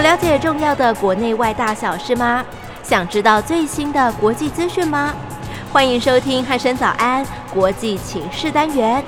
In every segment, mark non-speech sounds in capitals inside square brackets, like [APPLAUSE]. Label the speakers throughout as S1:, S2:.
S1: 了解重要的国内外大小事吗？想知道最新的国际资讯吗？欢迎收听《汉声早安国际情势单元》。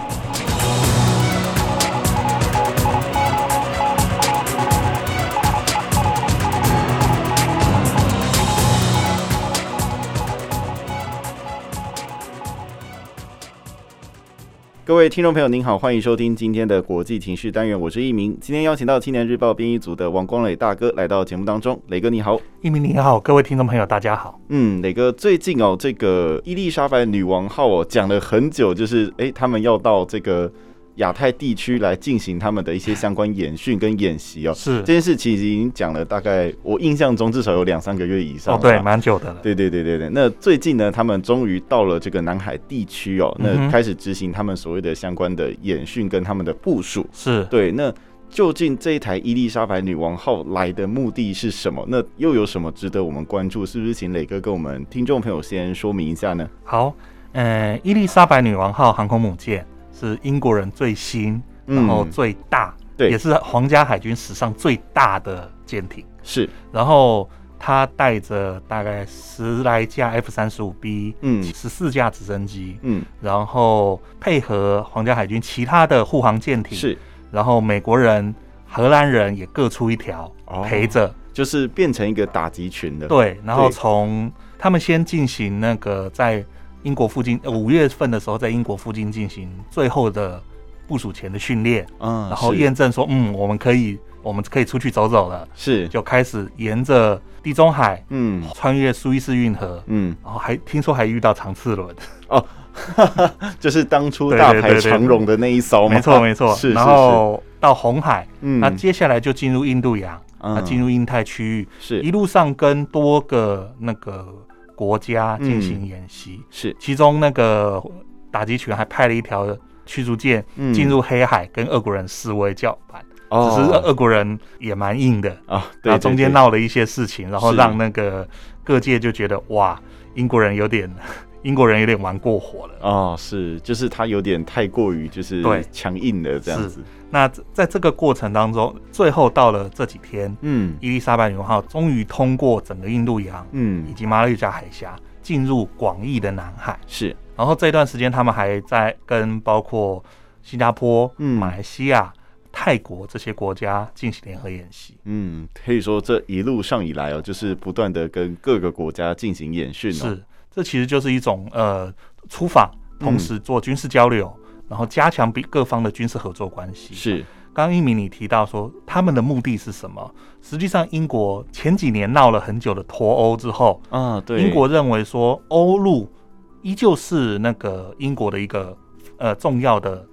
S2: 各位听众朋友，您好，欢迎收听今天的国际情势单元，我是一鸣。今天邀请到青年日报编译组的王光磊大哥来到节目当中，磊哥你好。
S3: 一鸣你好，各位听众朋友大家好。
S2: 嗯，磊哥最近哦，这个伊丽莎白女王号哦，讲了很久，就是诶，他们要到这个亚太地区来进行他们的一些相关演训跟演习哦。
S3: 是
S2: 这件事情已经讲了大概，我印象中至少有两三个月以上
S3: 哦
S2: 了，吧。
S3: 对，蛮久的了。
S2: 对对对对对，那最近呢，他们终于到了这个南海地区哦，
S3: 嗯
S2: 那
S3: 哼
S2: 开始执行他们所谓的相关的演训跟他们的部署。
S3: 是
S2: 对，那究竟这一台伊丽莎白女王号来的目的是什么？那又有什么值得我们关注？是不是请磊哥跟我们听众朋友先说明一下呢？
S3: 好，嗯、伊丽莎白女王号航空母舰是英国人最新，然后
S2: 嗯
S3: 最大，
S2: 对
S3: 也是皇家海军史上最大的舰艇。
S2: 是，
S3: 然后它带着大概十来架 F 三十五 B，
S2: 嗯
S3: 十四架直升机，
S2: 嗯，
S3: 然后配合皇家海军其他的护航舰艇，，
S2: 是，
S3: 然后美国人、荷兰人也各出一条、
S2: 哦
S3: 陪着。
S2: 就是变成一个打击群的。，
S3: 对，然后
S2: 对
S3: 从他们先进行那个在英国附近，呃五月份的时候在英国附近进行最后的部署前的训练，
S2: 嗯，
S3: 然后
S2: 是
S3: 验证说，嗯，我们可以，我们可以出去走走了，
S2: 是，
S3: 就开始沿着地中海
S2: 嗯
S3: 穿越苏伊士运河。
S2: 嗯，
S3: 然后还听说还遇到长次轮，
S2: 哦，就是当初
S3: 对
S2: 大
S3: 对
S2: 排
S3: 对对
S2: 长龙的那一艘嘛，[LAUGHS]
S3: 没错没错。
S2: 哦是，是
S3: 然后到红海，
S2: 嗯
S3: 那接下来就进入印度洋，
S2: 嗯
S3: 那进入印太区域，
S2: 是
S3: 一路上跟多个那个国家进行
S2: 嗯
S3: 演习。
S2: 是
S3: 其中那个打击群还派了一条驱逐舰
S2: 嗯
S3: 进入黑海，跟俄国人示威叫板。
S2: 哦，
S3: 只是俄国人也蛮硬的，
S2: 啊，
S3: 然
S2: 对，
S3: 后中间
S2: 闹
S3: 闹了一些事情，然后
S2: 是
S3: 让那个各界就觉得哇，英国人有点 [LAUGHS] 英国人有点玩过火了。
S2: 哦，是，就是他有点太过于就是
S3: 对
S2: 强硬了这样子，
S3: 那在在这个过程当中，最后到了这几天，
S2: 嗯
S3: 伊丽莎白女王号终于通过整个印度洋以
S2: 嗯，
S3: 及马六甲海峡，进入广义的南海。
S2: 是
S3: 然后这段时间他们还在跟包括新加坡、
S2: 嗯
S3: 马来西亚、泰国这些国家进行联合演习。
S2: 嗯，可以说这一路上以来哦，就是不断的跟各个国家进行演训哦，
S3: 是，这其实就是一种呃出访，同
S2: 嗯
S3: 时做军事交流，然后加强彼各方的军事合作关系。
S2: 是
S3: 刚刚一鸣你提到说他们的目的是什么？实际上，英国前几年闹了很久的脱欧之后，
S2: 啊，对，
S3: 英国认为说欧陆依旧是那个英国的一个呃重要的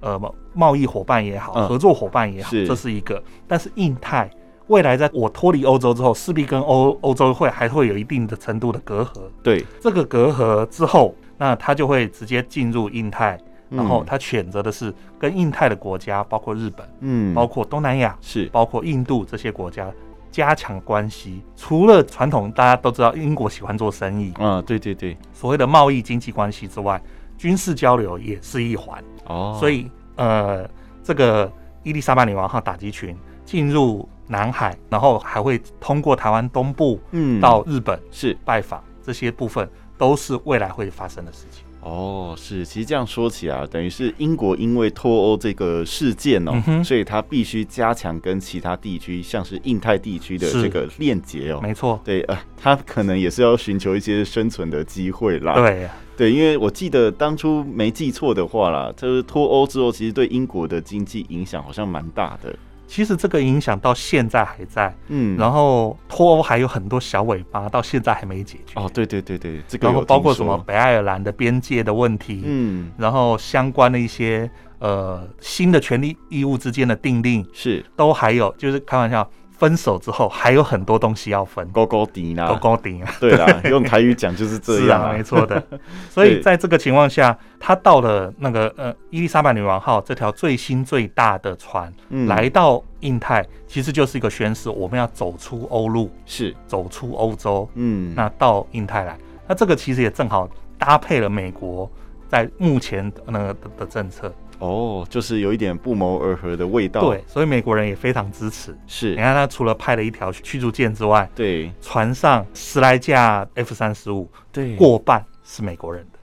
S3: 呃贸贸易伙伴也好，
S2: 嗯
S3: 合作伙伴也好，
S2: 是
S3: 这是一个。但是印太未来在我脱离欧洲之后，势必跟欧欧洲会还会有一定的程度的隔阂。
S2: 对，
S3: 这个隔阂之后，那他就会直接进入印太，然后他选择的是跟印太的国家，包括日本、
S2: 嗯，
S3: 包括东南亚、
S2: 是
S3: 包括印度这些国家加强关系。除了传统大家都知道英国喜欢做生意，
S2: 啊，对对对，
S3: 所谓的贸易经济关系之外，军事交流也是一环。
S2: 哦，
S3: 所以呃，这个伊丽莎白女王号打击群进入南海，然后还会通过台湾东部
S2: 嗯，
S3: 到日本
S2: 是
S3: 拜访，这些部分都是未来会发生的事情。
S2: 哦，是，其实这样说起来，等于是英国因为脱欧这个事件哦，
S3: 嗯哼
S2: 所以它必须加强跟其他地区，像是印太地区的
S3: 是
S2: 这个链接哦。
S3: 没错，
S2: 对，呃，它可能也是要寻求一些生存的机会啦。
S3: 对，
S2: 对，因为我记得当初没记错的话啦，就是脱欧之后，其实对英国的经济影响好像蛮大的。
S3: 其实这个影响到现在还在。
S2: 嗯，
S3: 然
S2: 后
S3: 后脱欧还有很多小尾巴，到现在还没解决。
S2: 哦，对对对对，这个
S3: 然后
S2: 有
S3: 包
S2: 听
S3: 括什
S2: 说
S3: 么北爱尔兰的边界的问题，
S2: 嗯，
S3: 然后相关的一些呃新的权利义务之间的订定，
S2: 是
S3: 都还有就是开玩笑，分手之后还有很多东西要分，
S2: 高高低
S3: 都
S2: 啦，
S3: 高顶啊，
S2: 对啦，用台语讲就是这
S3: 是
S2: 样
S3: 啊，
S2: 啊
S3: 没。
S2: [LAUGHS]
S3: 错的。所以在这个情况下，他到了那个呃伊丽莎白女王号这条最新最大的船、
S2: 嗯
S3: 来到印太，其实就是一个宣示，我们要走出欧陆，
S2: 是，
S3: 走出欧洲。
S2: 嗯，
S3: 那到印太来，那这个其实也正好搭配了美国在目前那个的的政策，
S2: 哦，就是有一点不谋而合的味道。，
S3: 对，哎所以美国人也非常支持。
S2: 是
S3: 你，看，他除了派了一条驱逐舰之外，
S2: 对
S3: 船上十来架 F 三十五，
S2: 对
S3: 过半是美国人的。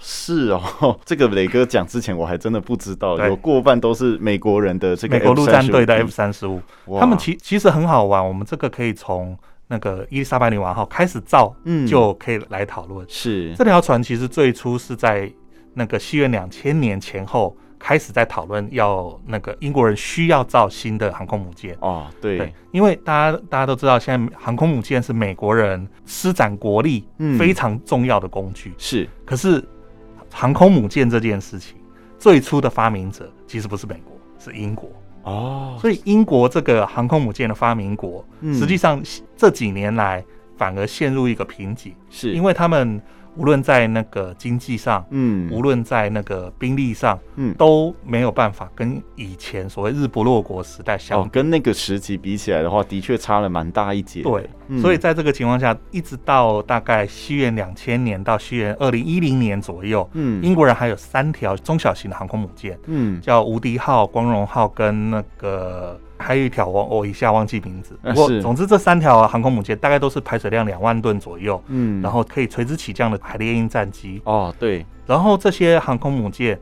S2: 是哦。 [LAUGHS] 这个磊哥讲之前我还真的不知道，
S3: 对
S2: 有过半都是美国人的这个
S3: 美国陆战队的 F
S2: F35
S3: 三十五，
S2: 哇
S3: 他们其其实很好玩。我们这个可以从那个伊丽莎白女王号开始造，
S2: 嗯
S3: 就可以来讨论。
S2: 是
S3: 这条船其实最初是在那个西元两千年前后开始在讨论要那个英国人需要造新的航空母舰。
S2: 哦，对，，
S3: 因为大家大家都知道，现在航空母舰是美国人施展国力
S2: 嗯
S3: 非常重要的工具。
S2: 是
S3: 可是，航空母舰这件事情最初的发明者其实不是美国，是英国。
S2: 哦，
S3: 所以，英国这个航空母舰的发明国，
S2: 嗯
S3: 实际上这几年来反而陷入一个瓶颈，
S2: 是
S3: 因
S2: 为
S3: 为他们无论在那个经济上，
S2: 嗯
S3: 无论在那个兵力上，
S2: 嗯
S3: 都没有办法跟以前所谓日不落国时代相
S2: 哦，跟那个时期比起来的话，的确差了蛮大一截。
S3: 对，
S2: 嗯
S3: 所以在这个情况下，一直到大概西元两千年到西元二零一零年左右，
S2: 嗯
S3: 英国人还有三条中小型的航空母舰，
S2: 嗯，
S3: 叫无敌号、光荣号跟那个还有一条我我一下忘记名字，
S2: 啊
S3: 不过
S2: 是
S3: 总之这三条航空母舰大概都是排水量两万吨左右，
S2: 嗯，
S3: 然后可以垂直起降的海猎鹰战机，
S2: 哦，对，
S3: 然后这些航空母舰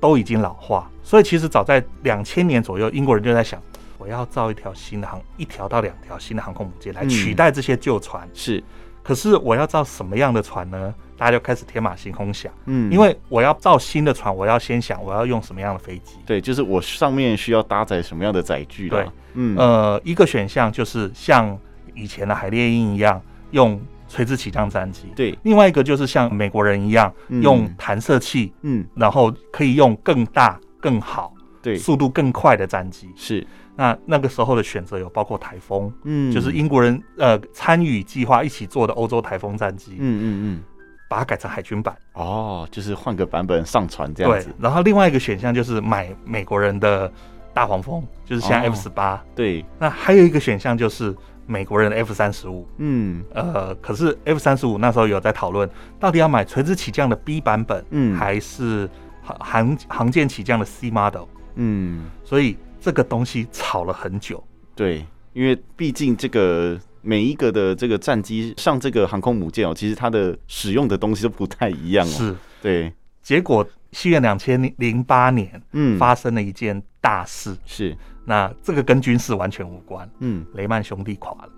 S3: 都已经老化，所以其实早在两千年左右，英国人就在想，我要造一条新的航一条到两条新的航空母舰来
S2: 嗯
S3: 取代这些旧船。
S2: 是，
S3: 可是我要造什么样的船呢？大家就开始天马行空想，
S2: 嗯，
S3: 因为我要造新的船，我要先想我要用什么样的飞机。
S2: 对，就是我上面需要搭载什么样的载具啦
S3: 对，
S2: 嗯，
S3: 呃，一个选项就是像以前的海猎鹰一样用垂直起降战机，
S2: 对，
S3: 另外一个就是像美国人一样
S2: 嗯
S3: 用弹射器，
S2: 嗯，
S3: 然后可以用更大、更好、
S2: 对，
S3: 速度更快的战机。
S2: 是，
S3: 那那个时候的选择有包括台风，
S2: 嗯，
S3: 就是，英国人呃参与计划一起做的欧洲台风战机，
S2: 嗯嗯嗯，
S3: 把它改成海军版。
S2: 哦，就是换个版本上传这样
S3: 对
S2: 子，，
S3: 然后另外一个选项就是买美国人的大黄蜂，就是像
S2: 哦
S3: F 十八。
S2: 对，
S3: 那还有一个选项就是美国人的 F 三十五。
S2: 嗯
S3: 呃，可是 F 三十五那时候有在讨论，到底要买垂直起降的 B 版本，
S2: 嗯
S3: 还是航航航舰起降的 C model？
S2: 嗯，
S3: 所以这个东西吵了很久。
S2: 对，因为毕竟这个。每一个的这个战机上这个航空母舰哦，其实它的使用的东西都不太一样哦。
S3: 是，
S2: 对，
S3: 结果西元两千零八年
S2: 嗯，
S3: 发生了一件大事，
S2: 是，
S3: 那这个跟军事完全无关，
S2: 嗯，
S3: 雷曼兄弟垮了。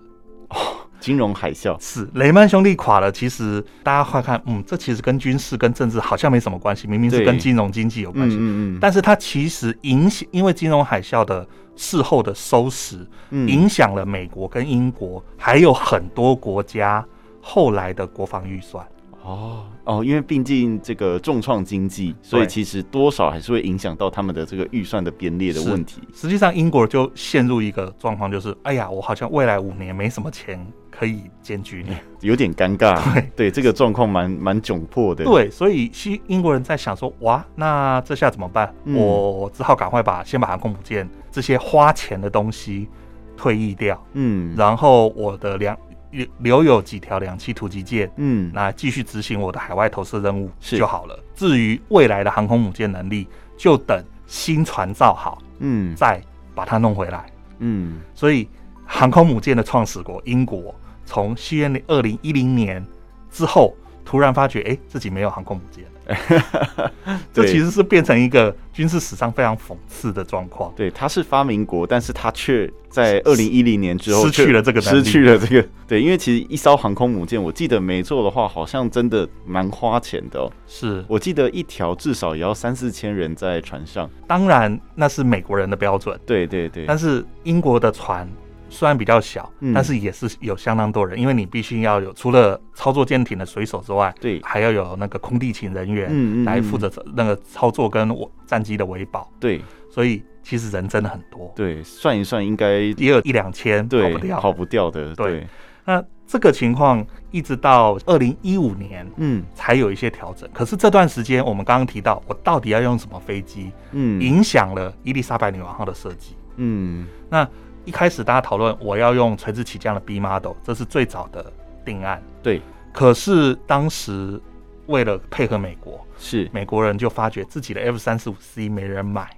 S2: 金融海啸，
S3: 是雷曼兄弟垮了，其实大家快看，嗯，这其实跟军事跟政治好像没什么关系，明明是
S2: 对
S3: 跟金融经济有关
S2: 嗯
S3: 系，
S2: 嗯嗯，
S3: 但是它其实影响，因为金融海啸的事后的收拾，
S2: 嗯
S3: 影响了美国跟英国，还有很多国家后来的国防预算。
S2: 哦哦，因为毕竟这个重创经济，所以
S3: 对
S2: 其实多少还是会影响到他们的这个预算的编列的问题。
S3: 实际上，英国就陷入一个状况，就是哎呀，我好像未来五年没什么钱可以兼
S2: [LAUGHS]
S3: 具你。
S2: 有点尴尬。
S3: 对
S2: 这个状况蛮蛮窘迫的。，
S3: 对，所以西英国人在想说，哇，那这下怎么办？
S2: 嗯
S3: 我只好赶快把先把航空母舰这些花钱的东西退役掉，
S2: 嗯
S3: 然后我的两留留有几条两栖突击舰，
S2: 嗯，
S3: 那继续执行我的海外投射任务
S2: 是
S3: 就好了。至于未来的航空母舰能力，就等新船造好
S2: 嗯
S3: 再把它弄回来。
S2: 嗯
S3: 所以，航空母舰的创始国英国，从西元二零一零年之后，突然发觉，哎、自己没有航空母舰了。这
S2: [LAUGHS] 对
S3: 其实是变成一个军事史上非常讽刺的状况。
S2: 对，他是发明国，但是他却在二零一零年之后
S3: 失去
S2: 却
S3: 了这个能
S2: 失
S3: 力
S2: 去了这个。对，因为其实一艘航空母舰，我记得没错的话，好像真的蛮花钱的、哦。
S3: 是，
S2: 我记得一条至少也要三四千人在船上。
S3: 当然那是美国人的标准，
S2: 对对对，
S3: 但是英国的船虽然比较小，
S2: 嗯
S3: 但是也是有相当多人，因为你必须要有除了操作舰艇的水手之外，
S2: 对
S3: 还要有那个空地勤人员
S2: 嗯嗯嗯
S3: 来负责那个操作跟我战机的维保，
S2: 对
S3: 所以其实人真的很多。
S2: 对，算一算应该
S3: 也有一两千跑
S2: 对
S3: 不掉。
S2: 跑不掉的。
S3: 对
S2: 对，
S3: 那这个情况一直到二零一五年
S2: 嗯
S3: 才有一些调整。可是这段时间，我们刚刚提到，我到底要用什么飞机，
S2: 嗯
S3: 影响了伊丽莎白女王号的设计。
S2: 嗯
S3: 那一开始大家讨论我要用垂直起降的 B model，这是最早的定案。
S2: 对，
S3: 可是当时为了配合美国，
S2: 是
S3: 美国人就发觉自己的 F 三十五 C 没人买，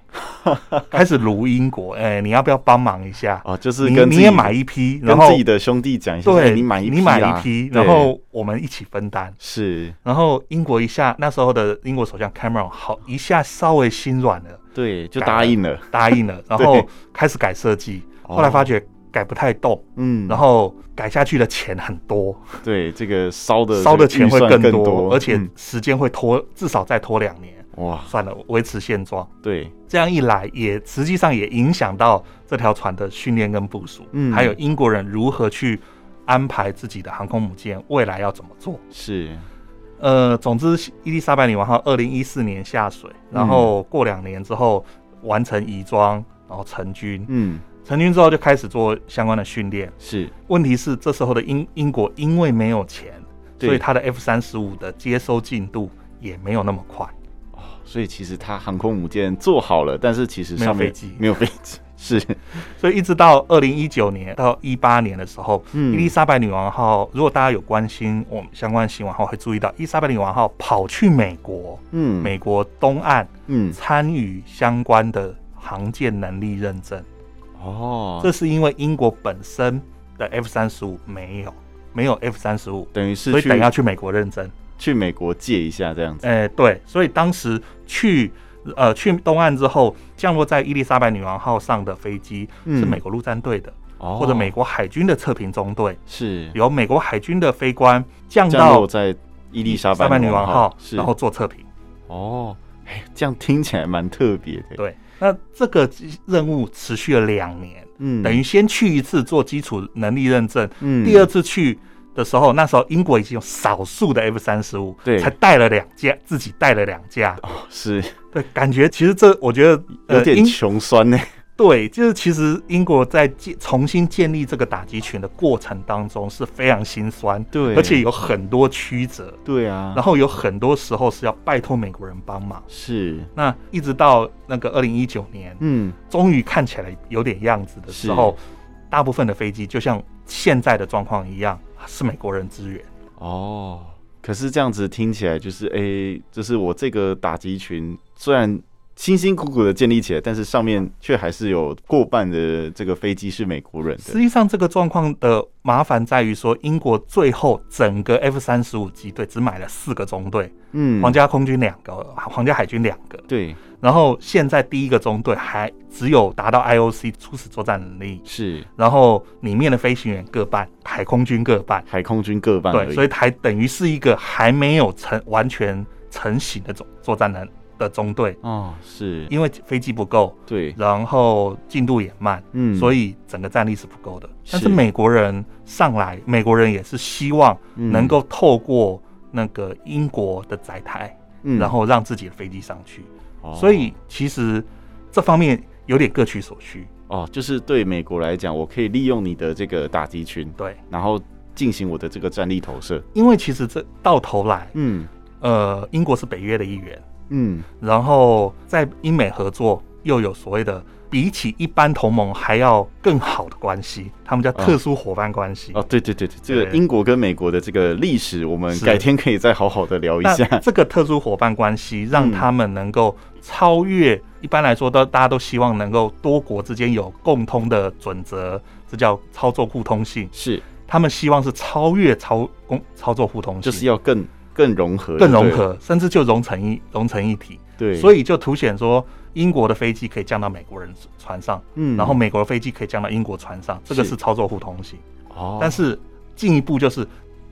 S2: [LAUGHS]
S3: 开始如英国，哎、你要不要帮忙一下？
S2: 啊，就是
S3: 你
S2: 跟
S3: 你
S2: 自己
S3: 也买一批，然
S2: 跟
S3: 后
S2: 自己的兄弟讲一下，哎
S3: 对，
S2: 你买一
S3: 你
S2: 批
S3: 买
S2: 啦
S3: 一批，
S2: 对
S3: 然后我们一起分担。
S2: 是
S3: 然后英国一下，那时候的英国首相 Cameron 好一下稍微心软了，
S2: 对，就
S3: 改
S2: 答
S3: 了
S2: 应了，
S3: 答应了，然后开始改设计。
S2: 哦
S3: 后来发觉改不太动，
S2: 嗯，
S3: 然后改下去的钱很多，
S2: 对这个烧的
S3: 烧
S2: 这个
S3: 的钱
S2: 预
S3: 会
S2: 算
S3: 更
S2: 更
S3: 而且
S2: 嗯
S3: 时间会拖，至少再拖两年。
S2: 哇，
S3: 算了，维持现状。
S2: 对，
S3: 这样一来，也实际上也影响到这条船的训练跟部署，
S2: 嗯
S3: 还有英国人如何去安排自己的航空母舰未来要怎么做。
S2: 是
S3: 呃，总之，伊丽莎白女王号二零一四年下水，然后过两年之后完成移装，然后成军。
S2: 嗯
S3: 成军之后就开始做相关的训练。
S2: 是
S3: 问题是，这时候的英英国因为没有钱，
S2: 对
S3: 所以它的 F 三十五的接收进度也没有那么快。
S2: 所以其实它航空母舰做好了，但是其实
S3: 没有
S2: 上面
S3: 飞机
S2: 没有飞机， [LAUGHS] 是
S3: 所以一直到二零一九年到一八年的时候，
S2: 嗯
S3: 伊丽莎白女王号，如果大家有关心我们相关新闻的话，会注意到伊丽莎白女王号跑去美国，
S2: 嗯
S3: 美国东岸
S2: 嗯
S3: 参与相关的航舰能力认证，
S2: 哦，
S3: 这是因为英国本身的 F 三十五没有没有 F 三十五，
S2: 等于是
S3: 所以
S2: 去
S3: 等要去美国认证。
S2: 去美国借一下这样子，
S3: 哎、对，所以当时去呃去东岸之后，降落在伊丽莎白女王号上的飞机
S2: 嗯
S3: 是美国陆战队的。
S2: 哦
S3: 或者美国海军的测评中队，
S2: 是
S3: 由美国海军的飞官降
S2: 降落
S3: 到
S2: 在伊丽莎
S3: 莎
S2: 白
S3: 白女王号
S2: 号，，是
S3: 然后做测评。
S2: 哦，哎，这样听起来蛮特别的，
S3: 对，那这个任务持续了两年，
S2: 嗯
S3: 等于先去一次做基础能力认证，
S2: 嗯
S3: 第二次去。的时候，那时候英国已经有少数的 F 三十五，
S2: 对
S3: 才带了两架，自己带了两架，
S2: 是
S3: 对，感觉其实这我觉得呃
S2: 有点
S3: 英
S2: 穷酸呢，
S3: 对，就是其实英国在建重新建立这个打击群的过程当中是非常心酸，
S2: 对
S3: 而且有很多曲折，
S2: 对啊，
S3: 然后有很多时候是要拜托美国人帮忙。
S2: 是
S3: 那一直到那个二零一九年，
S2: 嗯
S3: 终于看起来有点样子的时候，大部分的飞机就像现在的状况一样，是美国人支援。
S2: 哦。可是这样子听起来就是，哎、就是我这个打击群虽然辛辛苦苦的建立起来，但是上面却还是有过半的这个飞机是美国人
S3: 实
S2: 的。
S3: 际上，这个状况的麻烦在于说，英国最后整个 F 三十五机队只买了四个中队，
S2: 嗯
S3: 皇家空军两个，皇家海军两个，
S2: 对，
S3: 然后现在第一个中队还只有达到 IOC 初始作战能力，
S2: 是
S3: 然后里面的飞行员各半，海空军各半。
S2: 海空军各半而已。
S3: 对，所以还等于是一个还没有成完全成型的作作战能的中队，
S2: 哦，是，
S3: 因为飞机不够，
S2: 对，
S3: 然后进度也慢，
S2: 嗯，
S3: 所
S2: 以
S3: 以整个战力是不够的。
S2: 是
S3: 但是美国人上来，美国人也是希望
S2: 嗯
S3: 能够透过那个英国的载台，
S2: 嗯
S3: 然后让自己的飞机上去。
S2: 哦
S3: 所以其实这方面有点各取所需。
S2: 哦，就是对美国来讲，我可以利用你的这个打击群，
S3: 对，
S2: 然后进行我的这个战力投射。
S3: 因为其实这到头来，
S2: 嗯
S3: 呃，英国是北约的一员。
S2: 嗯，
S3: 然后在英美合作又有所谓的比起一般同盟还要更好的关系，他们叫特殊伙伴关系。
S2: 哦，对对对对，这个
S3: 对
S2: 英国跟美国的这个历史，我们
S3: 是
S2: 改天可以再好好的聊一
S3: 那
S2: 下。
S3: 这个特殊伙伴关系让
S2: 嗯
S3: 他们能够超越，一般来说都大家都希望能够多国之间有共通的准则，这叫操作互通性。
S2: [LAUGHS] 是，
S3: 他们希望是超越操公操作互通性，
S2: 就是要更更融合，
S3: 更融
S2: 对
S3: 合，甚至就融成一融成一体。
S2: 对，
S3: 所
S2: 以
S3: 以就凸显说，英国的飞机可以降到美国人船上，
S2: 嗯
S3: 然后美国的飞机可以降到英国船上，这个
S2: 是
S3: 是操作互通性。
S2: 哦，
S3: 但是进一步就是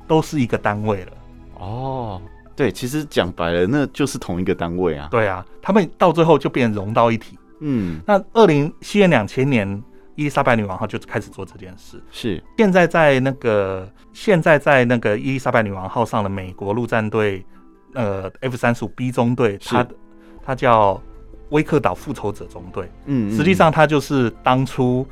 S3: 都是一个单位了，
S2: 哦，对，其实讲白了，那就是同一个单位啊。
S3: 对啊，他们到最后就变融到一体。
S2: 嗯，
S3: 那二零西元两千年，伊丽莎白女王号就开始做这件事。
S2: 是，
S3: 现在在那个现在在那个伊丽莎白女王号上的美国陆战队，呃，F 三十五 B 中队，
S2: 是
S3: 它它叫威克岛复仇者中队。
S2: 嗯，嗯
S3: 实际上，它就是当初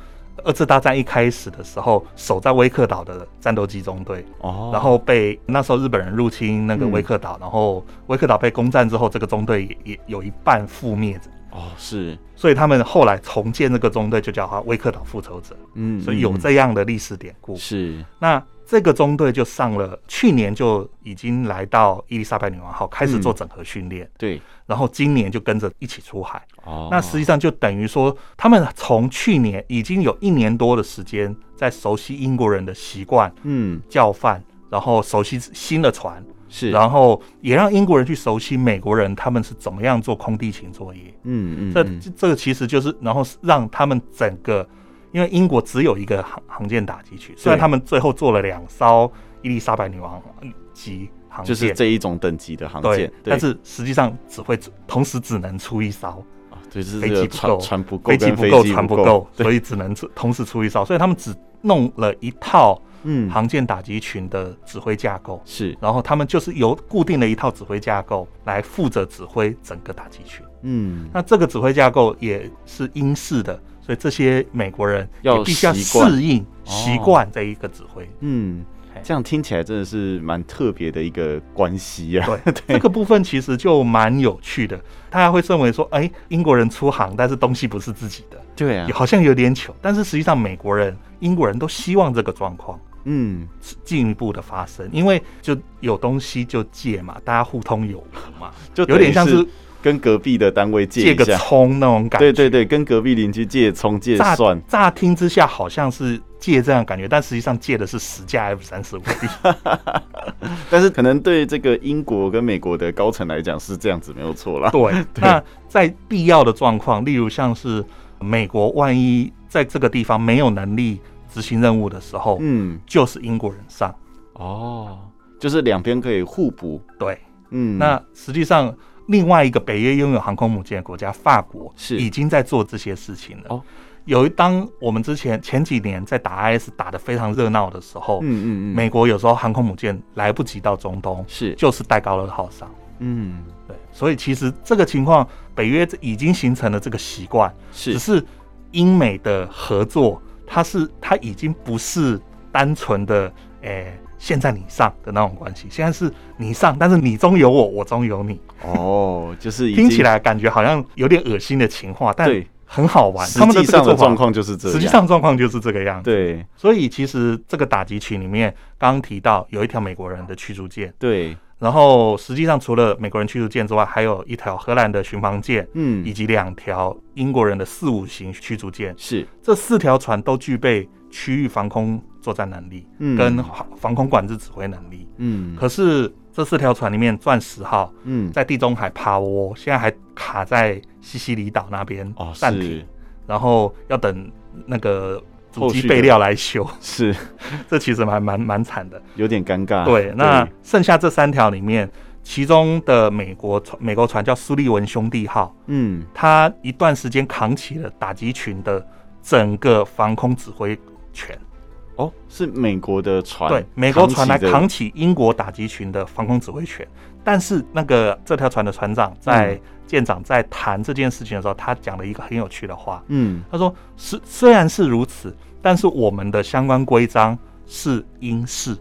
S3: 二次大战一开始的时候，守在威克岛的战斗机中队，
S2: 哦，嗯
S3: 然后被那时候日本人入侵那个威克岛，然后威克岛被攻占之后，这个中队也也有一半覆灭着，
S2: 哦是，
S3: 所以他们后来重建这个中队就叫它威克岛复仇者，
S2: 嗯，
S3: 所以
S2: 嗯
S3: 有
S2: 嗯
S3: 这样的历史典故。
S2: 是
S3: 那这个中队就上了，去年就已经来到伊丽莎白女王号开始做整合训练，
S2: 对，
S3: 然后今年就跟着一起出海。
S2: 嗯哦
S3: 那实际上就等于说，他们从去年已经有一年多的时间在熟悉英国人的习惯、
S2: 嗯
S3: 教范，然后熟悉新的船，
S2: 是，
S3: 然后也让英国人去熟悉美国人他们是怎么样做空地勤作业。
S2: 嗯嗯，
S3: 这
S2: 嗯
S3: 这这个其实就是，然后让他们整个，因为英国只有一个航航舰打击群，虽然他们最后做了两艘伊丽莎白女王级航
S2: 就
S3: 舰，
S2: 是这一种等级的航
S3: 对
S2: 舰，，
S3: 但是实际上只会同时只能出一艘，
S2: 啊对，就是
S3: 飞
S2: 这个
S3: 机不够
S2: 船船不够，
S3: 飞机
S2: 跟
S3: 不
S2: 飞
S3: 够，
S2: 机
S3: 船不
S2: 够，
S3: 够，所以只能出同时出一艘，所以他们只弄了一套
S2: 嗯，
S3: 航舰打击群的指挥架构。
S2: 是，
S3: 然后他们就是由固定的一套指挥架构来负责指挥整个打击群。
S2: 嗯，
S3: 那这个指挥架构也是英式的，所以这些美国人
S2: 要
S3: 也必须要
S2: 习惯
S3: 适应、习惯这一个指挥。
S2: 嗯
S3: 嘿，
S2: 这样听起来真的是蛮特别的一个关系啊呀、 [LAUGHS]
S3: 对，这个部分其实就蛮有趣的。大家会认为说，哎，英国人出航，但是东西不是自己的，
S2: 对啊
S3: 也，好像有点糗。但是实际上，美国人、英国人都希望这个状况
S2: 嗯，
S3: 进一步的发生，因为就有东西就借嘛，大家互通有无嘛，
S2: 就
S3: 有点像
S2: 等于
S3: 是
S2: 是跟隔壁的单位借
S3: 借
S2: 一
S3: 个
S2: 下，
S3: 葱那种感觉。
S2: 对对对，跟隔壁邻居借葱借
S3: 乍
S2: 蒜，
S3: 乍听之下好像是借这样的感觉，但实际上借的是十架 F 三十五 D。
S2: [LAUGHS] 但是可能对这个英国跟美国的高层来讲是这样子，没有错啦。
S3: 对，那在必要的状况，例如像是美国万一在这个地方没有能力执行任务的时候，
S2: 嗯，
S3: 就是英国人上。
S2: 哦，就是两边可以互补，
S3: 对，
S2: 嗯，
S3: 那实际上另外一个北约拥有航空母舰的国家法国
S2: 是
S3: 已经在做这些事情了。
S2: 哦
S3: 有一当我们之前前几年在打 IS 打得非常热闹的时候，
S2: 嗯嗯嗯，
S3: 美国有时候航空母舰来不及到中东，
S2: 是，
S3: 就是戴高乐号上。
S2: 嗯
S3: 对，所以其实这个情况，北约已经形成了这个习惯，只
S2: 是，
S3: 是英美的合作，它是它已经不是单纯的诶、现在你上的那种关系，现在是你上，但是你中有我，我中有你，
S2: 哦，就是已
S3: 听
S2: 经
S3: 起来感觉好像有点恶心的情话，但
S2: 对
S3: 很好玩。
S2: 实
S3: 他们的
S2: 际
S3: 这个
S2: 上的
S3: 做
S2: 状
S3: 法，
S2: 况就是这样，
S3: 实际上状况就是这个样子。
S2: 对
S3: 所以其实这个打击群里面，刚刚提到有一条美国人的驱逐舰，
S2: 对，
S3: 然后实际上除了美国人驱逐舰之外，还有一条荷兰的巡防舰，以
S2: 嗯，
S3: 及两条英国人的四五型驱逐舰。
S2: 是，
S3: 这四条船都具备区域防空作战能力
S2: 嗯
S3: 跟航防空管制指挥能力。
S2: 嗯
S3: 可是这四条船里面，钻石号
S2: 嗯，
S3: 在地中海趴窝，现在还卡在西西里岛那边
S2: 哦
S3: 暂停，
S2: 是
S3: 然后要等那个主
S2: 后续
S3: 机
S2: 的
S3: 备料来修， [LAUGHS]
S2: 是
S3: 这其实蛮蛮蛮惨的。
S2: 有点尴尬，
S3: 对，那剩下这三条里面，其中的美国船美国船叫苏利文兄弟号，
S2: 嗯
S3: 它一段时间扛起了打击群的整个防空指挥权。
S2: 哦是美国的船，
S3: 对，美国船来
S2: 起的
S3: 扛起英国打击群的防空指挥权。但是那个这条船的船长在、
S2: 嗯
S3: 舰长在谈这件事情的时候，他讲了一个很有趣的话，
S2: 嗯
S3: 他说：“是虽然是如此，但是我们的相关规章是英式，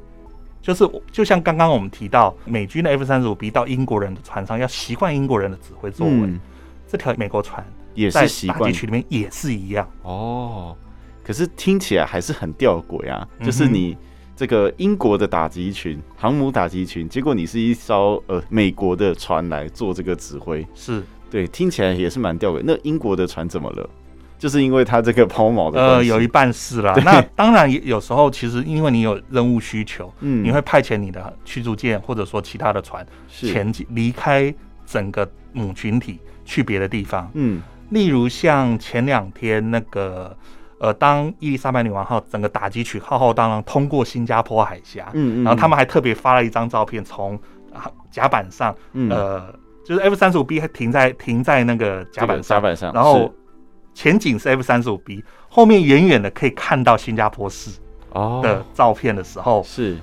S3: 就是就像刚刚我们提到，美军的 F 三十五 B 到英国人的船上要习惯英国人的指挥作为，
S2: 嗯
S3: 这条美国船
S2: 也
S3: 在
S2: 是习
S3: 打击
S2: 惯
S3: 区里面也是一样。
S2: 哦，可是听起来还是很吊诡啊，就是
S3: 嗯哼
S2: 你。这个英国的打击群、航母打击群，结果你是一艘呃美国的船来做这个指挥，
S3: 是，
S2: 对，听起来也是蛮吊诡。那英国的船怎么了？就是因为它这个抛锚的
S3: 呃，
S2: 关系
S3: 有一半是啦。
S2: 对
S3: 那当然，也有时候其实因为你有任务需求，
S2: 嗯
S3: 你会派遣你的驱逐舰或者说其他的船
S2: 是
S3: 前进，离开整个母群体去别的地方。
S2: 嗯
S3: 例如像前两天那个，呃，当伊丽莎白女王号整个打击群浩浩荡荡通过新加坡海峡，
S2: 嗯嗯，
S3: 然后他
S2: 们
S3: 们还特别发了一张照片，从啊甲板上，
S2: 嗯
S3: 呃，就是 F 三十五 B 还停在停在那个甲板
S2: 甲
S3: 上，
S2: 板上，
S3: 然后前景是 F 三十五 B，后面远远的可以看到新加坡市
S2: 是哦
S3: 的照片的时候，
S2: 是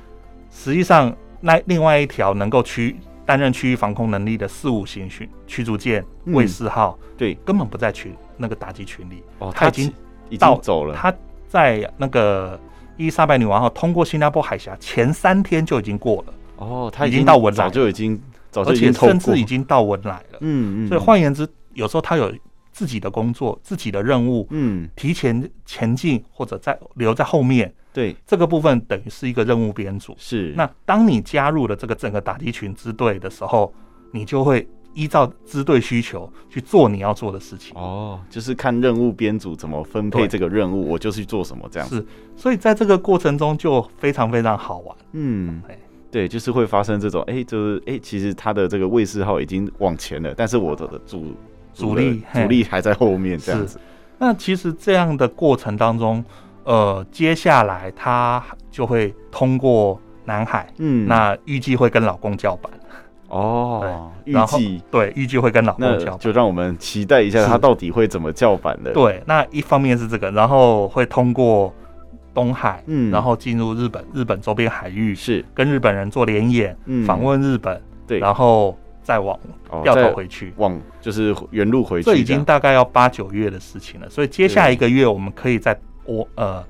S3: 实际上那另外一条能够区担任区域防空能力的四五型驱驱逐舰
S2: 嗯
S3: 卫士号
S2: 对
S3: 根本不在群那个打击群里，
S2: 哦，
S3: 他已经
S2: 已
S3: 到
S2: 经走了，
S3: 它在那个伊丽莎白女王号通过新加坡海峡前三天就已经过了，
S2: 哦，他
S3: 已经到文莱
S2: 早就已经早就哦
S3: 而
S2: 已
S3: 且
S2: 经透
S3: 甚
S2: 过
S3: 至已，经到文莱了。
S2: 嗯嗯，
S3: 所以换言之，有时候他有自己的工作、自己的任务，
S2: 嗯
S3: 提前前进或者在留在后面，
S2: 对，
S3: 这个部分等于是一个任务编组。
S2: 是
S3: 那当你加入了这个整个打击群支队的时候，你就会依照支队需求去做你要做的事情。
S2: 哦，就是看任务编组怎么分配
S3: 对
S2: 这个任务，我就去做什么这样。
S3: 是，所以在这个过程中就非常非常好玩。
S2: 嗯
S3: 哎，
S2: 对，就是会发生这种，哎、就是哎、其实他的这个卫士号已经往前了，但是我的主
S3: 主力
S2: 的主
S3: 嘿
S2: 力还在后面这样子。
S3: 那其实这样的过程当中，呃，接下来他就会通过南海，
S2: 嗯，
S3: 那预计会跟老公叫板。
S2: 哦，预
S3: 然后
S2: 计
S3: 对，预计会跟老公
S2: 那
S3: 叫
S2: 就
S3: 板。
S2: 让我们期待一下
S3: 是
S2: 他到底会怎么叫板了。，
S3: 对，那一方面是这个，然后会通过东海，
S2: 嗯
S3: 然后进入日本，日本周边海域，
S2: 是
S3: 跟日本人做联演，
S2: 嗯
S3: 访问日本，
S2: 对，
S3: 然后再往
S2: 后
S3: 掉头回去。
S2: 往就是原路回去
S3: 这
S2: 样，
S3: 已经大概要八九月的事情了，所以接下来一个月我们可以在我呃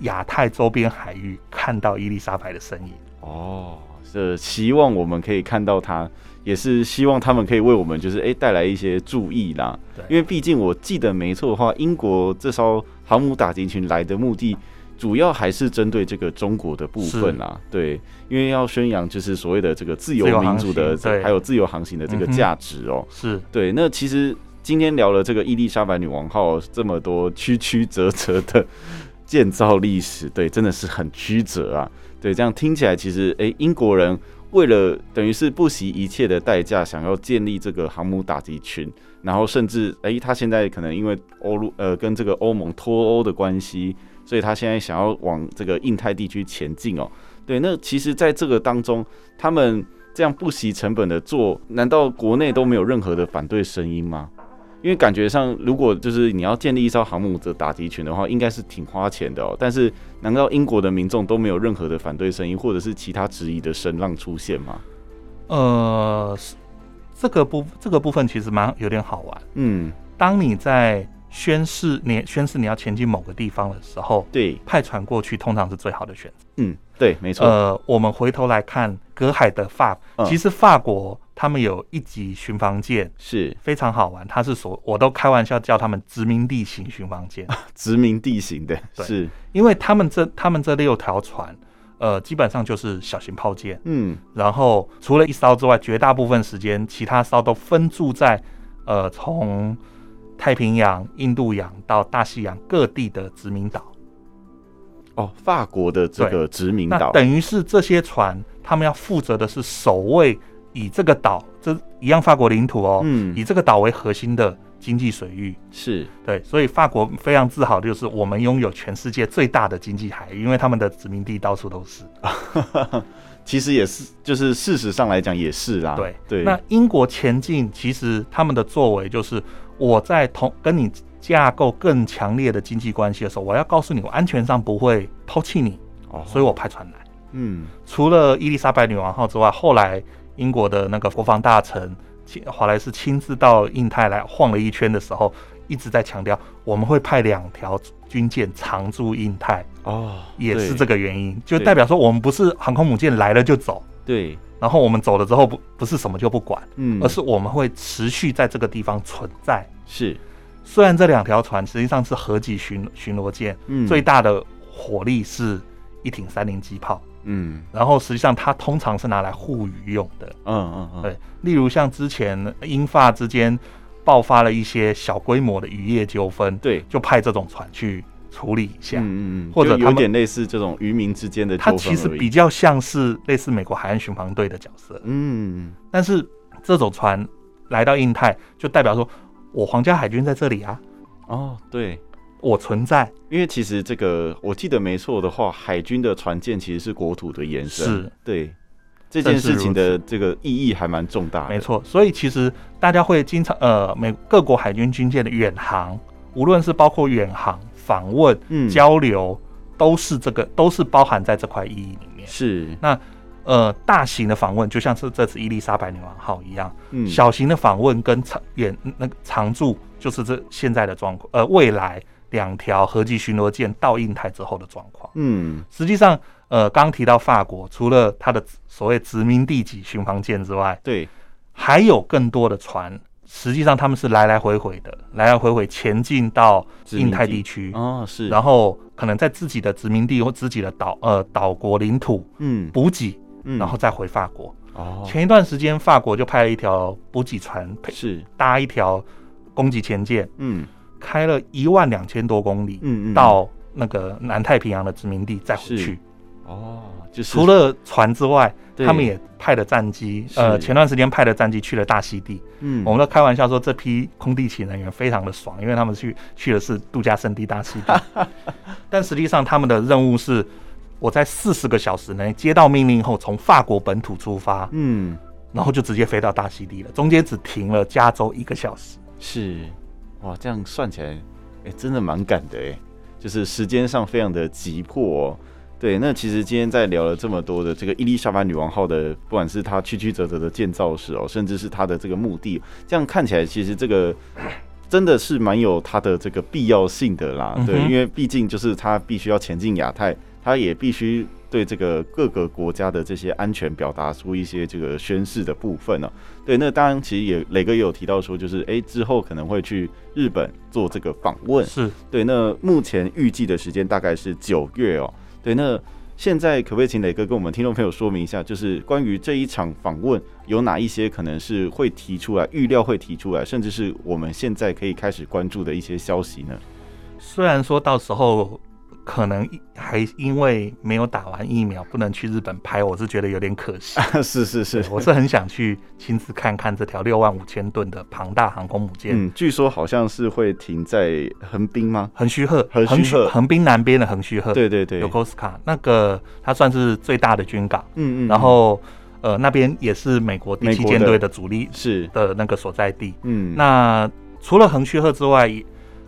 S3: 亚太周边海域看到伊丽莎白的身影。
S2: 哦，是希望我们可以看到他，也是希望他们可以为我们就是哎带、来一些注意啦。
S3: 对
S2: 因为毕竟我记得没错的话，英国这艘航母打击群来的目的。主要还是针对这个中国的部分啊，对，因为要宣扬就是所谓的这个自
S3: 自
S2: 由
S3: 由航
S2: 民主的，
S3: 行对
S2: 还有自由航行的这个
S3: 嗯哼
S2: 价值哦、
S3: 是
S2: 对，那其实今天聊了这个伊丽莎白女王号这么多曲曲折折的建造历史，对，真的是很曲折啊。对，这样听起来其实，诶，英国人为了等于是不惜一切的代价，想要建立这个航母打击群，然后甚至，诶，他现在可能因为欧陆呃跟这个欧盟脱欧的关系，所以他现在想要往这个印太地区前进哦。对，那其实在这个当中，他们这样不惜成本的做，难道国内都没有任何的反对声音吗？因为感觉上，如果就是你要建立一艘航母的打击群的话，应该是挺花钱的哦。但是，难道英国的民众都没有任何的反对声音，或者是其他质疑的声浪出现吗？
S3: 呃是这个部这个部分其实蛮有点好玩。
S2: 嗯，
S3: 当你在宣誓你宣誓你要前进某个地方的时候，
S2: 对，
S3: 派船过去通常是最好的选择。
S2: 嗯，对，没错，
S3: 呃，我们回头来看隔海的法，
S2: 嗯
S3: 其实法国他们有一级巡防舰。
S2: 是
S3: 非常好玩，它是所我都开玩笑叫他们殖民地型巡防舰，
S2: 殖民地形的，
S3: 对
S2: 是，
S3: 因为他们这他们这六条船，呃，基本上就是小型炮舰，
S2: 嗯，
S3: 然后除了一艘之外，绝大部分时间其他艘都分驻在呃从太平洋、印度洋到大西洋各地的殖民岛。
S2: 哦，法国的这个殖民
S3: 那
S2: 岛，
S3: 等于是这些船，他们要负责的是守卫以这个岛，这一样法国领土哦，
S2: 嗯
S3: 以这个岛为核心的经济水域。
S2: 是，
S3: 对，所以法国非常自豪，就是我们拥有全世界最大的经济海域，因为他们的殖民地到处都是。
S2: 其实也是，就是事实上来讲也是啦，
S3: 对
S2: 啊对，
S3: 那英国前进，其实他们的作为就是我在同跟你架构更强烈的经济关系的时候，我要告诉你，我安全上不会抛弃你，
S2: 哦，
S3: 所以我派船来。
S2: 嗯，
S3: 除了伊丽莎白女王号之外，后来英国的那个国防大臣亲华莱士亲自到印太来晃了一圈的时候，一直在强调我们会派两条军舰常驻印太，
S2: 哦，
S3: 也是
S2: 对
S3: 这个原因，就
S2: 对
S3: 代表说我们不是航空母舰来了就走，
S2: 对，
S3: 然后我们走了之后不不是什么就不管。
S2: 嗯，
S3: 而是我们会持续在这个地方存在。
S2: 是，
S3: 虽然这两条船实际上是合级巡巡逻舰，
S2: 嗯，
S3: 最大的火力是一挺三零机炮，
S2: 嗯
S3: 然后实际上它通常是拿来护渔用的。
S2: 嗯嗯嗯，
S3: 对，例如像之前英法之间爆发了一些小规模的渔业纠纷，
S2: 对，
S3: 就派这种船去处理一下。
S2: 嗯嗯嗯，
S3: 或者
S2: 就
S3: 他
S2: 有
S3: 们
S2: 点类似这种渔民之间的
S3: 它
S2: 纠
S3: 其
S2: 纷
S3: 实
S2: 而已
S3: 比较像是类似美国海岸巡防队的角色，
S2: 嗯
S3: 但是这种船来到印太，就代表说我皇家海军在这里啊，
S2: 哦对，
S3: 我存在
S2: 因为其实这个我记得没错的话，海军的船舰其实是国土的延伸，
S3: 是
S2: 对这件事情
S3: 正是
S2: 的这个意义还蛮重大的，
S3: 没，错，所以其实大家会经常呃，美各国海军军舰的远航，无论是包括远航、访问、
S2: 嗯，
S3: 交流，都是这个都是包含在这块意义里面。
S2: 是，
S3: 呃，大型的访问就像是这次伊丽莎白女王号一样，
S2: 嗯，
S3: 小型的访问跟长远那个常驻，就是这现在的状况，呃，未来两条合计巡逻舰到印太之后的状况。
S2: 嗯
S3: 实际上，呃，刚提到法国，除了它的所谓殖民地级巡防舰之外，
S2: 对，
S3: 还有更多的船实际上他们是来来回回的，来来回回前进到
S2: 殖民
S3: 印太
S2: 地
S3: 地区，
S2: 哦，是，
S3: 然
S2: 后
S3: 后可能在自己的殖民地或自己的岛呃岛国领土
S2: 嗯
S3: 补给，
S2: 嗯
S3: 然后再回法国。
S2: 哦
S3: 前一段时间，法国就派了一条补给船，配
S2: 是，
S3: 搭一条攻击前舰，
S2: 嗯
S3: 开了一万两千多公里、
S2: 嗯嗯，
S3: 到那个南太平洋的殖民地再回
S2: 是
S3: 去。
S2: 哦，就是
S3: 除了船之外，
S2: 对
S3: 他们也派了战机，呃，
S2: 是
S3: 前段时间派了战机去了大溪地。
S2: 嗯
S3: 我们都开玩笑说，这批空地勤人员非常的爽，因为他们去去的是度假胜地大溪
S2: [LAUGHS]
S3: 地，但实际上他们的任务是。我在四十个小时内接到命令后，从法国本土出发，
S2: 嗯
S3: 然后就直接飞到大溪地了，中间只停了加州一个小时。
S2: 是，哇，这样算起来，哎、真的蛮赶的哎、就是时间上非常的急迫哦。对，那其实今天在聊了这么多的这个伊丽莎白女王号的，不管是它曲曲折折的建造史哦，甚至是它的这个目的，这样看起来其实这个 [COUGHS] 真的是蛮有它的这个必要性的啦。
S3: 嗯哼
S2: 对，因为毕竟就是它必须要前进亚太，它也必须对这个各个国家的这些安全表达出一些这个宣誓的部分呢、哦对，那当然，其实也磊哥也有提到说，就是哎、之后可能会去日本做这个访问。
S3: 是，
S2: 对，那目前预计的时间大概是九月哦。对，那现在可不可以请磊哥跟我们听众朋友说明一下，就是关于这一场访问有哪一些可能是会提出来，预料会提出来，甚至是我们现在可以开始关注的一些消息呢？ [LAUGHS]
S3: 虽然说到时候可能还因为没有打完疫苗不能去日本拍，我是觉得有点可
S2: [LAUGHS]
S3: 惜。
S2: 是是是
S3: 对，我是很想去亲自看看这条六万五千吨的庞大航空母舰，
S2: 嗯，据说好像是会停在横滨吗？
S3: 横须贺，
S2: 横须贺
S3: 横滨南边的横须贺，
S2: 对对对，
S3: 呃有 c o s c a 那个它算是最大的军港，
S2: 嗯嗯，
S3: 然后呃那边也是美国第
S2: 美
S3: 七
S2: 国的
S3: 舰队的主力
S2: 是
S3: 的那个所在地。
S2: 嗯
S3: 那除了横须贺之外，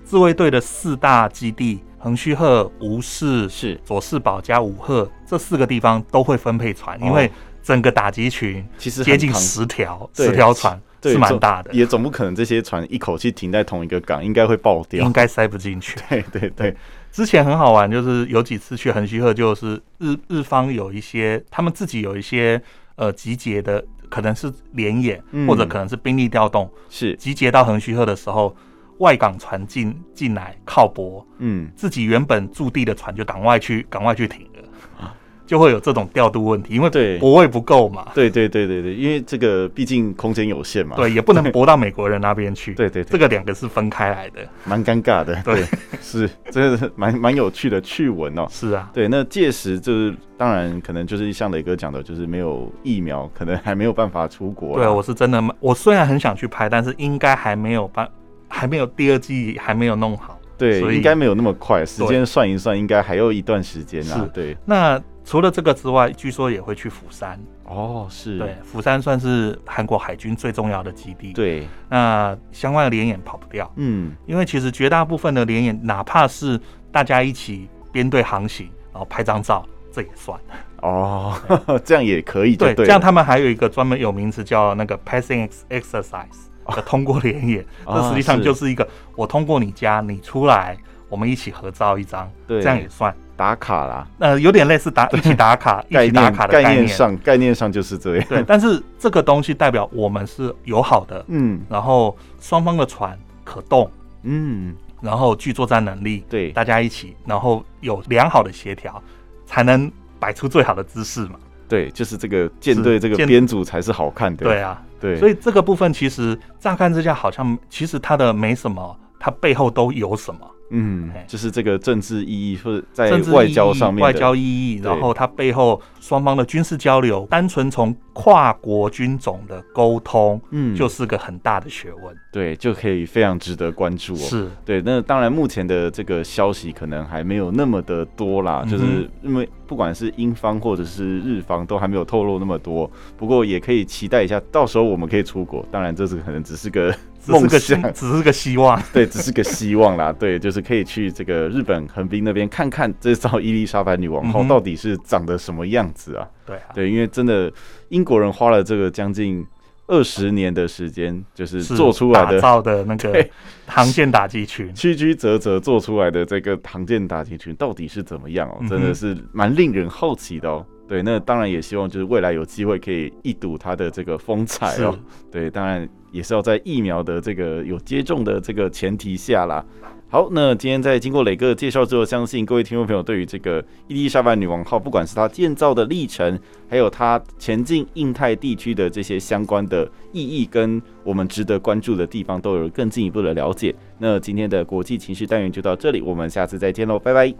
S3: 自卫队的四大基地——横须贺、吴市、
S2: 是
S3: 佐世保加武贺这四个地方都会分配船，因为整个打击群
S2: 其实
S3: 接近
S2: 哦很庞
S3: 十条，
S2: 对
S3: 十条船
S2: 对
S3: 是蛮
S2: 总
S3: 大的，
S2: 也总不可能这些船一口气停在同一个港，应该会爆掉
S3: 应。该塞不进去。
S2: [LAUGHS] 对对对，
S3: 之前很好玩，就是有几次去横须贺，就是日日方有一些他们自己有一些呃集结的，可能是联演、
S2: 嗯
S3: 或者可能是兵力调动，
S2: 是，
S3: 集结到横须贺的时候，外港船进进来靠泊，
S2: 嗯，
S3: 自己原本驻地的船就港外去港外去停了，就会有这种调度问题，因为
S2: 啊对
S3: 泊位不够嘛，
S2: 对对对对对，因为这个毕竟空间有限嘛，
S3: 对，也不能泊到美国人那边去，
S2: 对对
S3: 这
S2: 对，
S3: 个两个是分开来的，
S2: 蛮尴尬的，
S3: 对，
S2: 是，真的是蛮蛮有趣的趣闻哦。
S3: 是啊，
S2: 对，那届时就是当然可能就是像磊哥讲的，就是没有疫苗，可能还没有办法出国啦。
S3: 对，我是真的蛮，我虽然很想去拍，但是应该还没有办，还没有第二季还没有弄好。所
S2: 对，
S3: 以
S2: 应该没有那么快，时间算一算，应该还有一段时间啦
S3: 是。
S2: 对，
S3: 那除了这个之外，据说也会去釜山。
S2: 哦，是，
S3: 对，釜山算是韩国海军最重要的基地。，
S2: 对，
S3: 那相关的联演跑不掉，
S2: 嗯，
S3: 因为其实绝大部分的联演，哪怕是大家一起编队航行，然后拍张照，这也算。
S2: 哦， [LAUGHS] 这样也可以就
S3: 对，
S2: 对了，
S3: 这样他们还有一个专门有名词叫那个 passing ex-
S2: [LAUGHS]
S3: exercise 的通过联演，
S2: 哦
S3: 这实际上
S2: 是
S3: 就是一个我通过你家，你出来，我们一起合照一张，
S2: 对
S3: 这样也算。
S2: 打卡啦，
S3: 呃，有点类似打一起打卡、
S2: [LAUGHS]
S3: 一
S2: 概
S3: 起打
S2: 念
S3: 卡的
S2: 概
S3: 念。
S2: 上概念上就是这样。 [LAUGHS]
S3: 对，但是这个东西代表我们是友好的，
S2: 嗯
S3: 然后双方的船可动，
S2: 嗯，
S3: 然后具作战能力，
S2: 对，
S3: 大家一起，然后有良好的协调，才能摆出最好的姿势嘛。
S2: 对，就是这个舰队这个
S3: 舰
S2: 编组才是好看的。
S3: 对啊，
S2: 对，
S3: 所
S2: 以
S3: 以这个部分其实乍看之下好像其实它的没什么，它背后都有什么
S2: 嗯
S3: 哎，
S2: 就是这个政治意义或者在
S3: 政治意义
S2: 外交上面的
S3: 外交意义，
S2: 对
S3: 然后它背后双方的军事交流，单纯从跨国军种的沟通，
S2: 嗯，
S3: 就
S2: 就是
S3: 个很大的学问。
S2: 对，就可以非常值得关注哦。
S3: 是，
S2: 对，那当然，目前的这个消息可能还没有那么的多啦，
S3: 嗯哼
S2: 就是因为不管是英方或者是日方都还没有透露那么多，不过也可以期待一下，到时候我们可以出国。当然，这是可能只是个
S3: 只是
S2: 梦
S3: 个
S2: 想
S3: 希，，只是个希望。
S2: [LAUGHS] 对，只是个希望啦。对，就是可以去这个日本横滨那边看看这艘伊丽莎白女王号
S3: 嗯哼
S2: 到底是长得什么样子啊？
S3: 对啊，
S2: 对，因为真的英国人花了这个将近二十年的时间，就是
S3: 是
S2: 做出来
S3: 打
S2: 的
S3: 造的那
S2: [LAUGHS]
S3: 个
S2: 对
S3: 航线打击群。
S2: 曲曲折折做出来的这个唐建打击群到底是怎么样哦
S3: 嗯，哼
S2: 真的是蛮令人好奇的哦。对，那当然也希望就是未来有机会可以一睹它的这个风采
S3: 是
S2: 哦。对，当然也是要在疫苗的这个有接种的这个前提下啦。好，那今天在经过磊哥的介绍之后，相信各位听众朋友对于这个伊丽莎白女王号，不管是它建造的历程，还有它前进印太地区的这些相关的意义，跟我们值得关注的地方，都有更进一步的了解。那今天的国际情势单元就到这里，我们下次再见喽，拜拜。